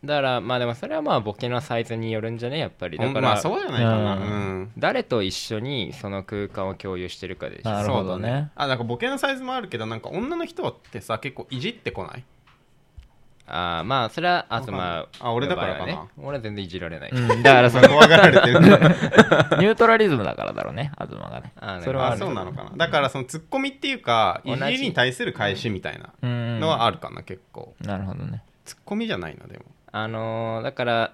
だからまあでもそれはまあボケのサイズによるんじゃねやっぱりだ
ほん
から、
まあそうじゃないかな
うん
うん
誰と一緒にその空間を共有してるかでしょ
なるほどね
そうだあなんかボケのサイズもあるけどなんか女の人ってさ結構いじってこない
ああまあそれはあとまあ
あ俺だからかな
やばいわね俺は全然いじられない、
うん だからその
怖がられてるんだ
ニュートラリズムだからだろうね東がね
あ ー
それ
あ
はある
そうなのかなだからそのツッコミっていうかい
同じ
じりに対する返しみたいな
うん
のはあるかな結構
なるほどね
ツッコミじゃないのでも
あのーだから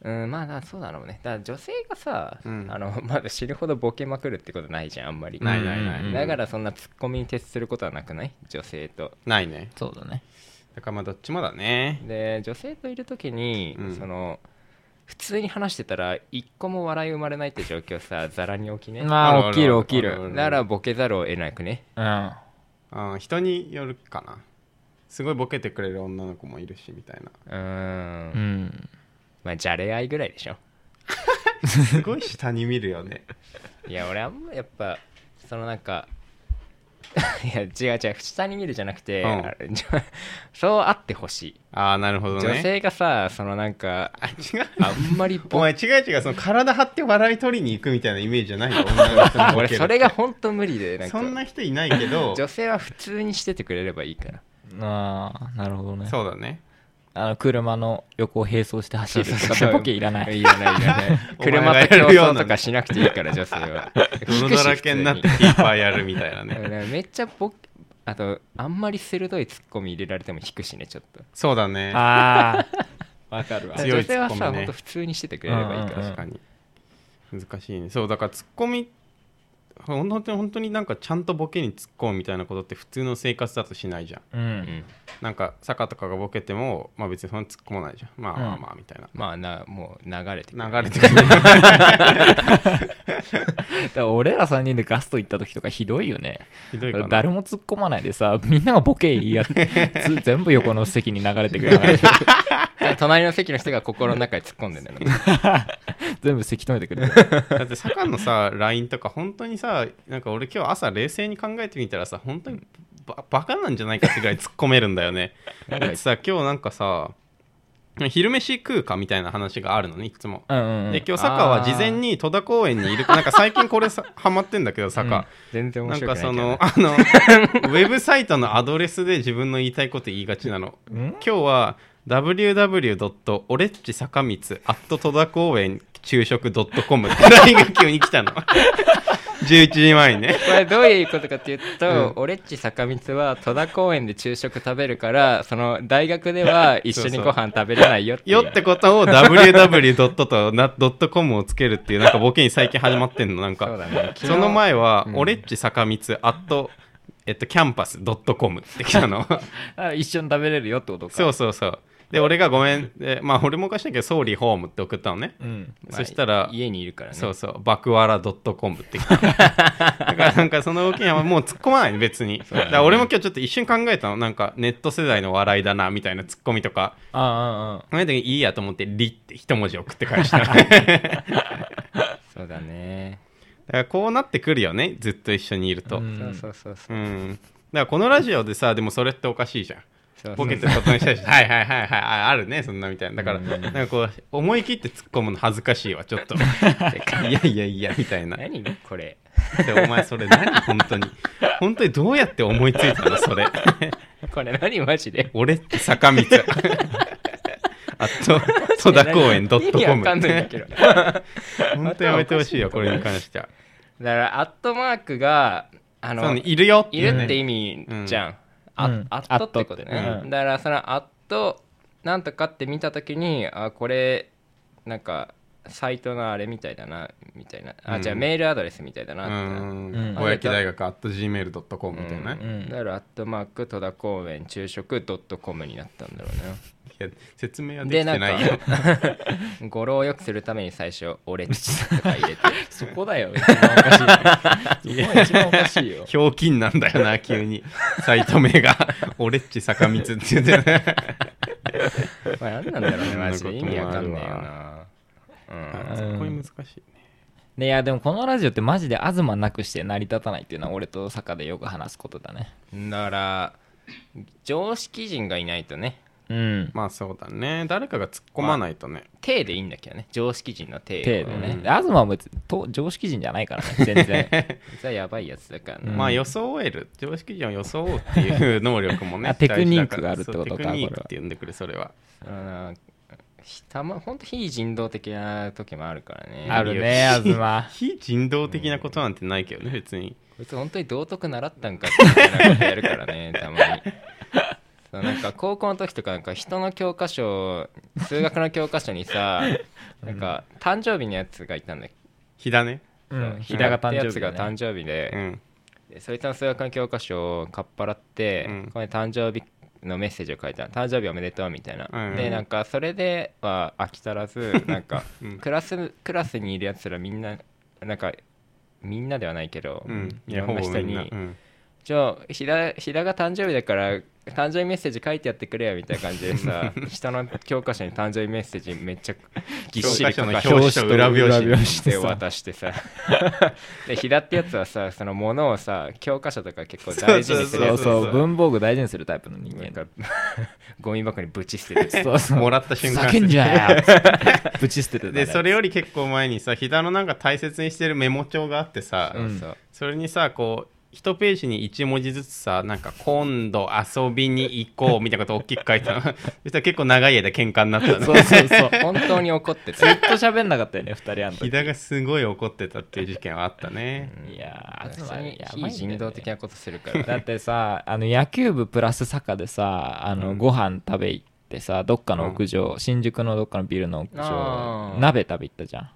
うんまあなそうだろうねだから女性がさ、
うん
あのまだ知るほどボケまくるってことないじゃんあんまり
ないないな
うんうんうん
い
だからそんなツッコミに徹することはなくない女性と
ないね
そうだね
だからまあどっちもだね
で女性といる時に、
うん
その普通に話してたら一個も笑い生まれないって状況さざらに起きねだ
まあ
あるある
起きる起き
あるあ
る
る
からボケざるを得なくね
うん
あー人によるかなすごいボケてくれる女の子もいるしみたいな
うーん
うん
まあじゃれ合いぐらいでしょ
すごい下に見るよね
いや俺あんまやっぱそのなんか いや違う違う下に見るじゃなくて、
うん
あれじゃそうあってほし
ああなるほ
い、
ど
女
ね
性がさそのなんか
あ違う
あんま り
お
ぼ
前違う違うその体張って笑い取りに行くみたいなイメージじゃないよ女の人のボ
俺
ケる
それが本当無理でなん か
そんな人いないけど
女性は普通にしててくれればいいから
ああなるほどね
そうだね
あの車の横を並走して走ると
そう
か
そうそう
ボケいらない
いらないいらない
お前
車と
がや
競
るような
争とかしなくていいから女性は
泥だらけになってキーパーやるみたいな
聞くし
ね
普通 にうんめっちゃボケあとあんまり鋭いツッコミ入れられても引くしねちょっと
そうだね
ああわかるわ
強い
女性は
ツッコ
さ
ミね
ほんと普通にしててくれれば
うんう
いいから
んう
確
ん
かに難しいねそうだからツッコミ本当に本当になんかちゃんとボケに突っ込むみたいなことって普通の生活だとしないじゃん
う
うんん
なんか坂とかがボケても、まあ、別にそんな突っ込まないじゃんまあまあまあみたいな、
まあなもう流れてくる
流れてくる
だから俺ら3人でガスト行った時とかひどいよね
ひどいかな
誰も突っ込まないでさみんながボケ言いやってず全部横の席に流れてくるから
隣の席の人が心の中に突っ込んでんだよね
全部せき止めてくる
だって坂のさ LINE とか本当にさなんか俺今日朝冷静に考えてみたらさ本当にババカなんじゃないかってぐらい突っ込めるんだよねだってさ今日なんかさ昼飯食うかみたいな話があるのねいつも
うんうんうん
で今日坂は事前に戸田公園にいるなんか最近これ さハマってんだけど坂、
全然面
なん
白くな
か
いけど
そ
ね
のあ のウェブサイトのアドレスで自分の言いたいこと言いがちなの
うん
今日は www. オレッチ坂道 at 戸田公園昼食 .com って LINE が急に来たの 11時前にね
これどういうことかっていうと、
う
俺っち坂道は戸田公園で昼食食べるからその大学では一緒にご飯食べれないよっていう
よってことを www. とな .com をつけるっていうなんかボケに最近始まってんのなん
そう
か
だね
その前は
う、ん
オレッチ坂道 at えっと、キャンパス .com って来たの
あ一緒に食べれるよってことか
そうそうそうで俺がごめんでまあ俺もおかしいけど総理ホームって送ったのね
うん
そしたら
家にいるからね
そうそう、バクワラ .com って来ただからなんかその動きにはもう突っ込まないの別に。だから俺も今日ちょっと一瞬考えたの、なんかネット世代の笑いだなみたいな突っ込みとか、
ああああ
考えた時いいやと思って、りって一文字送って返した。だか
そうだね
らこうなってくるよね、ずっと一緒にいると。う。
うんん
そうそうそうそう
だからこのラジオでさ、でもそれっておかしいじゃん。
そう
ボケて
そう
突入したりして、はいはいはいはい、ああるね、そんなみたいな。だから、なんかこう、思い切って突っ込むの恥ずかしいわ、ちょ っと。いやいやいや、みたいな。
何これ
でお前それ何本当に本当にどうやって思いついたのそ れ
これ何マジで
俺って坂道あと戸田公園ドット
意味
コ
わ
ム
かんないんだけどだか
本当やめてほしいよこれに関しては
らアットマークがあ
そう
の
ねいるよって
い
いう
る
ね
って意味じゃん、あ
うん
アットってこと
アットっ
ね
て、うん
だからそのアットなんとかって見た時にあこれなんかサイトのあれみたいだなみたいなあ、
うん
じゃあメールアドレスみたいだ
う
なってな、
うん
ん小焼大学 at gmail.com みたいなね、
ん
だからアットマーク戸田公園昼食ドットコムになったんだろうね
いや説明はでき
でな
て
んか
ないよ
語呂を良くするために最初「俺っち」とか入れて
そこだよ一番おかしいそこが一番おかし いよ
ひょうきんなんだよ な急にサイト名が 「俺っち坂道」って言ってね
まあ何なんだろうねマジ
そ
で
んな
意
ことも
味わかんねえよなうん
そこに難しいね
でいやでもこのラジオってマジで東なくして成り立たないっていうのは俺と坂でよく話すことだね
だから常識人がいないとね
うん
まあそうだね誰かが突っ込まないとね、
体でいいんだけどね常識人の体
程度
を
ね、
ね
で東は別にと常識人じゃないからね全然
実はやばいやつだからな、
うん
まあ装える常識人を装うっていう能力もね
あテクニックがあるってこ
大
とか
事だらそうテクニッ
これ
ク
は
って呼んでくるそれは
あのひたまほんと非人道的な時もあるからね
あるね東
非人道的なことなんてないけどね別に
こいつ本当に道徳習ったんかっていうようなことやるか らねたまにそうなんか高校の時とかなんか人の教科書数学の教科書にさなんか誕生日のやつがいたんだけ
火だね
う
ど、
ん
ひ
ひ
だ
だ
が
が誕
誕生
生
日
日
が
だ
誕
ね
生日で、
うん
でそいつの数学の教科書をかっぱらって、
うん
これ誕生日のメッセージを書いたの誕生日おめでとうみたいな、
うん
でなんかそれでは飽き足 らずなんか
うん
クラスクラスにいるやつらみんななんかみんなではないけど、
うんい
い
や
ろん
ほ
な
ぼ
人
みんな
に
うん
じゃあひだひだが誕生日だから誕生日メッセージ書いてやってくれよみたいな感じでさ下の教科書に誕生日メッセージめっちゃぎっしり書
教
か
科
て
書の表紙と裏表紙
で渡してさでひだってやつはさそのものをさ教科書とか結構大事にする
そ
や
う
つ
そう
そ
そう
う文房具大事にするタイプの人
なん
間
かゴミ箱にぶち捨てて
そうそう
もらった瞬間
ふざけんじゃね えよぶち捨ててたね
でそれより結構前にさ火だのなんか大切にしてるメモ帳があってさ、
そうそう
それにさこう一ページに1文字ずつさなんか「今度遊びに行こう」みたいなこと大きく書いてたの そしたら結構長い間喧嘩になったの
そうそうそう
本当に怒って
ず
た
っと喋んなかったよね二人あん
ひ
時
だがすごい怒ってたっていう事件はあったね、
いやー
普
東や
通に
ばいんだよね
非人道的なことするから
だってさあの野球部プラス坂でさあのご飯食べ行ってさどっかの屋上、新宿のどっかのビルの屋
あ
上
ー
鍋食べ行ったじゃ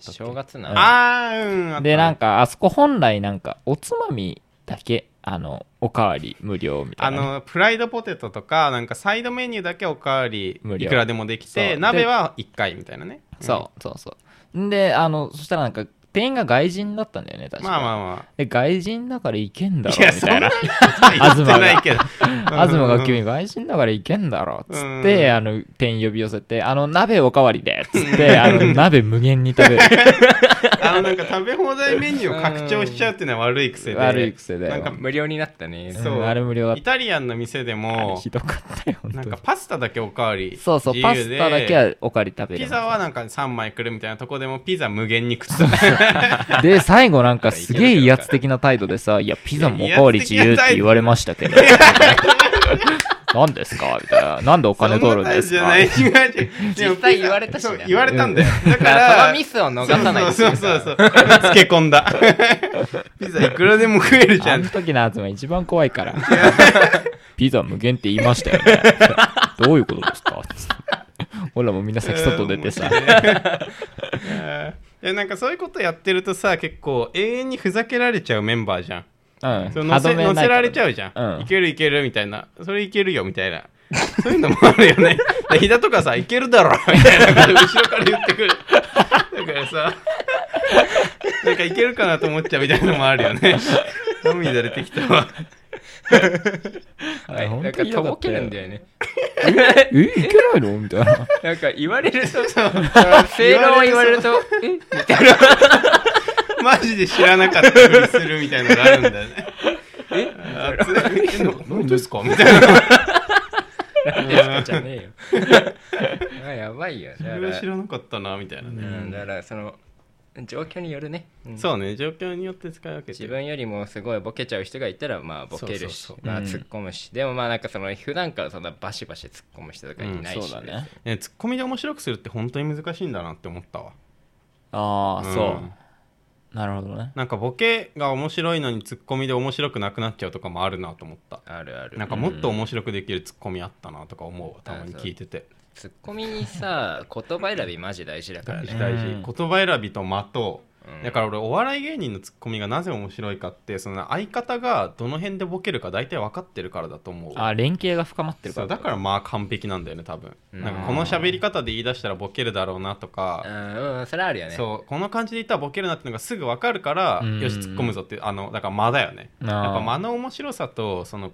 正月なの
ああうんあ
んでなん
か
かあそこ本来なんかおつまみだけあのおかわり無料みた
あ
いなね、
のフライドポテトとかなんかサイドメニューだけおかわり
無料
いくらでもでき
そう
て
で
鍋は1回みたいなね
そうそうそうんであのそしたらなんか店員が外人だったんだよね確か
まあまあま
で外人だからいけんだ
あい
ろ
や
み
そん
たい
な
な
こと言ってない けど
東が急
に
に外人だからいけんだろっつって、
うん
あの店員呼び寄せてあの鍋おかわりでっ つってあの鍋無限に食べる
あのなんか食べ放題メニューを拡張しちゃうっていうのは悪い 癖で
悪い癖だよ
なんか
無料になったね
そう
うんあれ無料だっ
イタリアンの店で
たあれ
も
ひどかったよ本
なん
当
か
に
パスタだけおかわり
そうそうパ
自由
ス
で
タだけはおかわり食べれ
ピ
ます
ザはなんか3枚くるみたいなとこでもピザ無限に食ってた
で最後なんかすげえ 威圧的な態度でさ「いやピザもおかわり自由」って言われましたけど何ですかみたいな。なんでお金取るんですか
そんな感じじゃない。違う違うでも
実際言われたしね
そう言われたんだよ。だ
だ
か
からそ
ら、
のミスを逃さない
そうそうそうそう。つけ込ん だ。ピザいくらでも食えるじゃ
あ
ん
の。時の東一番怖 いから。ピザ無限って言いましたよね。 どういうことですか つって俺らもみんな先外出てさ。
でなんかそういうことやってるとさ結構永遠にふざけられちゃうメンバーじゃん
うん。
その乗せ乗せられちゃ
う。
うじゃん、
うん
いけるいけるみたいなそれいけるよみたいなそういうのもあるよね でひだとかさいけるだろ みたいなこと後ろから言ってくるだからさなんかいけるかなと思っちゃうみたいなのもあるよね涙出てきたわ
はい
なんかとぼけるんだよね
え、いけないのみたいな。
なんか言われ ると正論を言われるとえみたいな
マジで知らなかったふりするみたいなのがあるんだよね
え
あつ本当ですかみたいな
じゃねえよ あやばいよ
そ
だか
れは
ら
知らなかったなみたいなね、
うんだからその状況によるね、うん
そうね状況によって使い分けて
自
る
分よりもすごいボケちゃう人がいたらまあボケるし
そうそう
そう
まあ、
うん
突っ込むし、でもまあなんかその普段からそんなバシバシ突っ込む人とかいないし、
そうだね。
ねツッコミで面白くするって本当に難しいんだなって思ったわ
ああ、
う
そ
ん
う。なるほどね。
なんかボケが面白いのにツッコミで面白くなくなっちゃうとかもあるなと思った
あるある
なんかもっと面白くできるツッコミあったなとか思うわたまに聞いてて
ツッコミにさ言葉選びマジ大事だから
大事
ね
大事
うん
言葉選びと間と
うん
だから俺お笑い芸人のツッコミがなぜ面白いかってその相方がどの辺でボケるか大体分かってるからだと思うわ
あ、連携が深まってるか
そう
ら。
だからまあ完璧なんだよね多分
うん
なんかこの喋り方で言い出したらボケるだろうなとか
うん、うん、それあるよね
そうこの感じで言ったらボケるなってのがすぐ分かるから、
うん
よし突っ込むぞってあのだから間だよね
あー
やっぱ間の面白さとその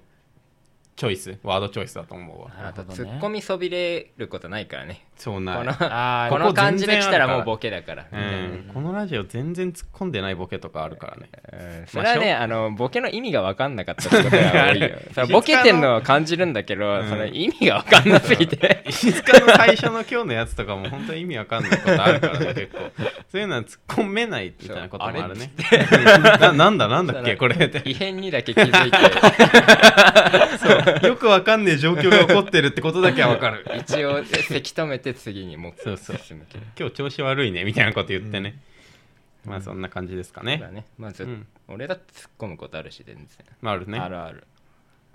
チョイスワードチョイスだと思うわ
あと
なるほど
ツ
ね
ッコミそびれることないからね
そう
こ
ない
の
あー
この感じで来たらもう
ここ
ボケだから、
うん、このラジオ全然突っ込んでないボケとかあるからね
うんそれはね、あのボケの意味が分かんなかったってことが多い
あ
よ
る。
そのボケてんのは感じるんだけど、その意味が分かんなすぎて。
石塚の最初の今日のやつとかも本当に意味わかんないことあるからね結構そういうのは突っ込めないみたいなこともあるね ななんだなんだっけこれって
異変にだけ気づいて、
そうよくわかんねえ状況が起こってるってことだけはわかる
一応せき止めて次にもう
そうそう
進むけど。
今日調子悪いねみたいなこと言ってね、まあそんな感じですか
まあ
ね、
ね、まず、
うん
俺だって突っ込むことあるし、全然。
まあ、あるね
あるある。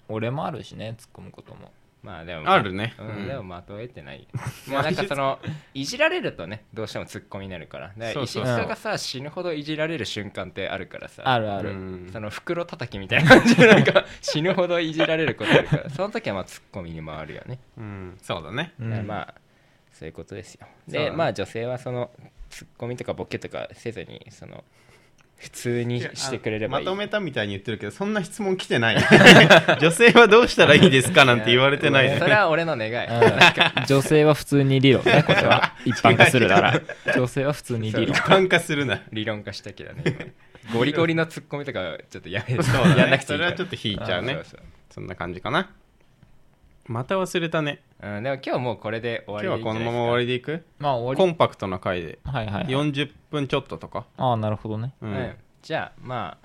俺もあるしね、突っ込むことも。
まあでも、
あるね
う
うん
ん、でもまとえてない よ。まあなんかその、いじられるとね、どうしても突っ込みになるから。だか
そ
ら
う
石
そう
塚がさ、死ぬほどいじられる瞬間ってあるからさ。
あるあ
う
る。
ん
その袋叩きみたいな感じでなんか死ぬほどいじられることあ るからその時はまあツッコミに回るよね、
うんそうだね
うん
まあそういうことです
そ
よ
うだ
で、
ね
まあ女性はそのツッコミとかボケとかせずにその普通にしてくれればいい
まとめたみたいに言ってるけどそんな質問来てない 女性はどうしたらいいですかなんて言われてない
や
ね
それは俺の願い、
うん 女性は普通に理論 ね、これは。一般化するな ら。女性は普通に理論
一。般化するな
理論化したけど ね今ゴリゴリのツッコミとかちょっとやめ
そうだね
やんなくてい
そ
い
れ
から
はちょっと引いちゃうね
んそそ
そんな感じかなまた忘れたね
うんでも今日もうこれで終
今
わ
日
りで
はい
い
こ
んじ
のまま
ゃないですか
終わりでいく
まあ終
コ
わ
ンパクトな回で
り。はいはいはい。
40分ちょっととか
ああ、なるほどね。
う
うんん、じゃあま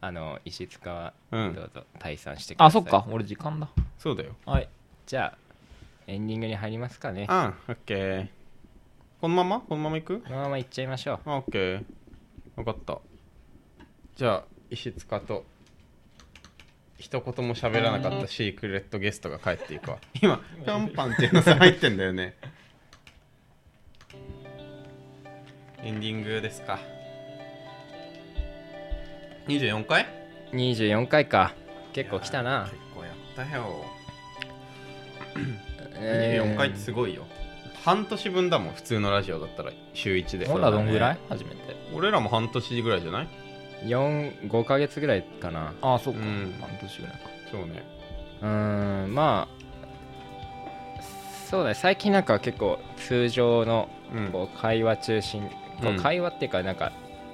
ああの石塚は
う
ど
ん
うぞ退散してくだ
あ、
さ
そ
い、
っか。俺時間だ。
そうだよ
はい。
じゃあエンディングに入りますかね
あんオッケーこのままこのままいく
このままいっちゃいましょう
あオッケー分かったじゃあ石塚と一言も喋らなかったシークレットゲストが帰っていくわ今ピョンパンっていうのさ入ってんだよねエンディングですか24回
24回か結構来たな
結構やったよ
えー
24回ってすごいよ半年分だもん普通のラジオだったら週1で
ほらどんぐら
い
い初めて。
俺らも半年ぐらいじゃない
4 5ヶ月ぐらいかな
ああ、そっか。
うん
半年ぐらいか。
そうね
うーんまあそうだね最近なんか結構通常の
うん
こう会話中心、こう
うん
会話っていうかなんか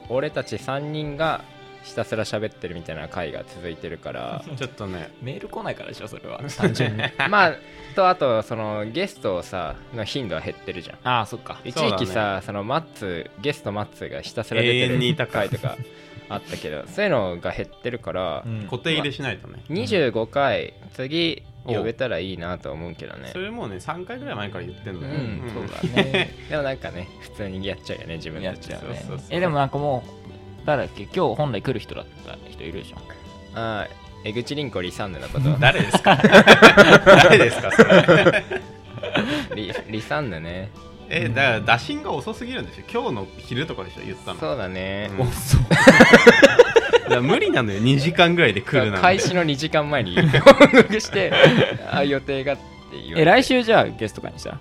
俺たち3人がひたすら喋ってるみたいな回が続いて るから
ちょっとね
メール来ないからでしょ、それは。 単純に。
まあとあとそのゲストをさの頻度は減ってるじゃん
ああ、そっか。
一時期さそ、のマッツーゲストマッツーがひたすら出て
永遠にいた
る
か
回とかあ ったけどそういうのが減ってるから、
うん
固定入れしないとね、
25回次
お
呼べたらいいなとは思うけどね
それもうね3回ぐらい前から言ってん
う
だよ、
ん、
うん
そうだねでもなんかね普通にやっちゃうよね自 分
や
た
っ
ち
ちゃうね
そうそうそう
えでもなんかもう誰だっけ今日本来来る人だった人いるでしょ
ああ江口凛子リサンヌ のこと
誰です か誰ですかそれ
リリサンヌね
えだから打診が遅すぎるんですよ今日の昼とかでしょ言ったの
そうだね、
うん だから無理なのよ2時間ぐらいで来るなんて
開始の2時間 前に報告してあ予定がって言われて
え来週じゃあゲスト会にした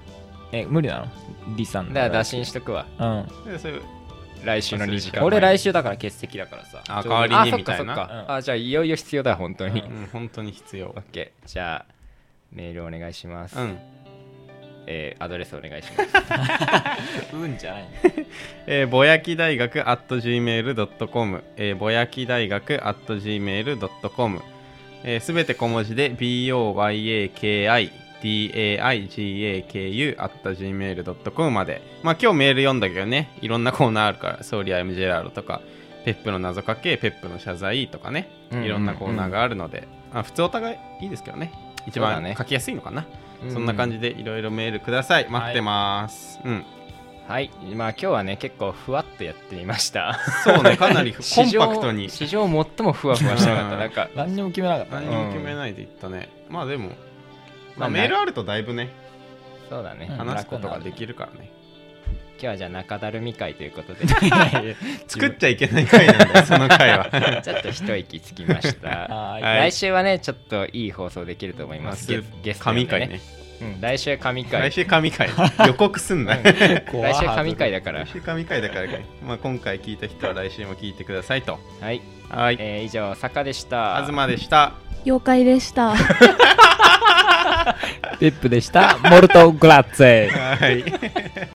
え無理なのリさん
だから打診しとくわ
うん
でそういう
来週の2時間前
俺来週だから欠席だからさ
あ
ち
代
ょ
わ
うど
りにみたい
あそっか
な
そっ
うん
かあじゃあいよいよ必要だ本当に、
う
うん本当に必要
オッケーじゃあメールお願いします、
うん
えーアドレスお願いし ます
うんじゃない
えーぼやき大学 at gmail.com、えーぼやき大学 at gmail.com えーすべ、て小文字で boyaki.daigaku gmail.com まで。まあ今日メール読んだけどね、いろんなコーナーあるから、ソーリア M ジェラードとか、ペップの謎かけ、ペップの謝罪とかね、
うんうんう
い
ん
ろんなコーナーがあるので、あ普通お互いいいですけどね、一
そうだ
番
ね
書きやすいのかな。そ,、ん、な感
じ
じでいろいろメールください。待ってます。うん。
はいまあ今日はね結構ふわっとやってみました
そうね、かなり コン
史上
パクトに。
史上最もふわふわしたかっ
う
た
ん
なんか
何にも決めなかった
何
ね
も決めないでいったね、まあでも、
ま
ま
あ
あ、
な
メールあるとだいぶね
そうだね、
うん
話すことができるからね
今日はじゃあ中だるみ会ということで
作っちゃいけない回なんだよその回は
ちょっと一息つきました
あ
は
ー
い
来週はねちょっといい放送できると思いますゲゲスト呼ん
神
で
回ね
うん来週は神回
来週神回予告すん な
うん
来
怖
来週は神回だから
週神回だからね、まあ、今回聞いた人は来週も聞いてくださいと
はい、
はい
えー以上坂でした
東でした
妖怪でした。
ペップでしたモルトグラッツ ェ
はい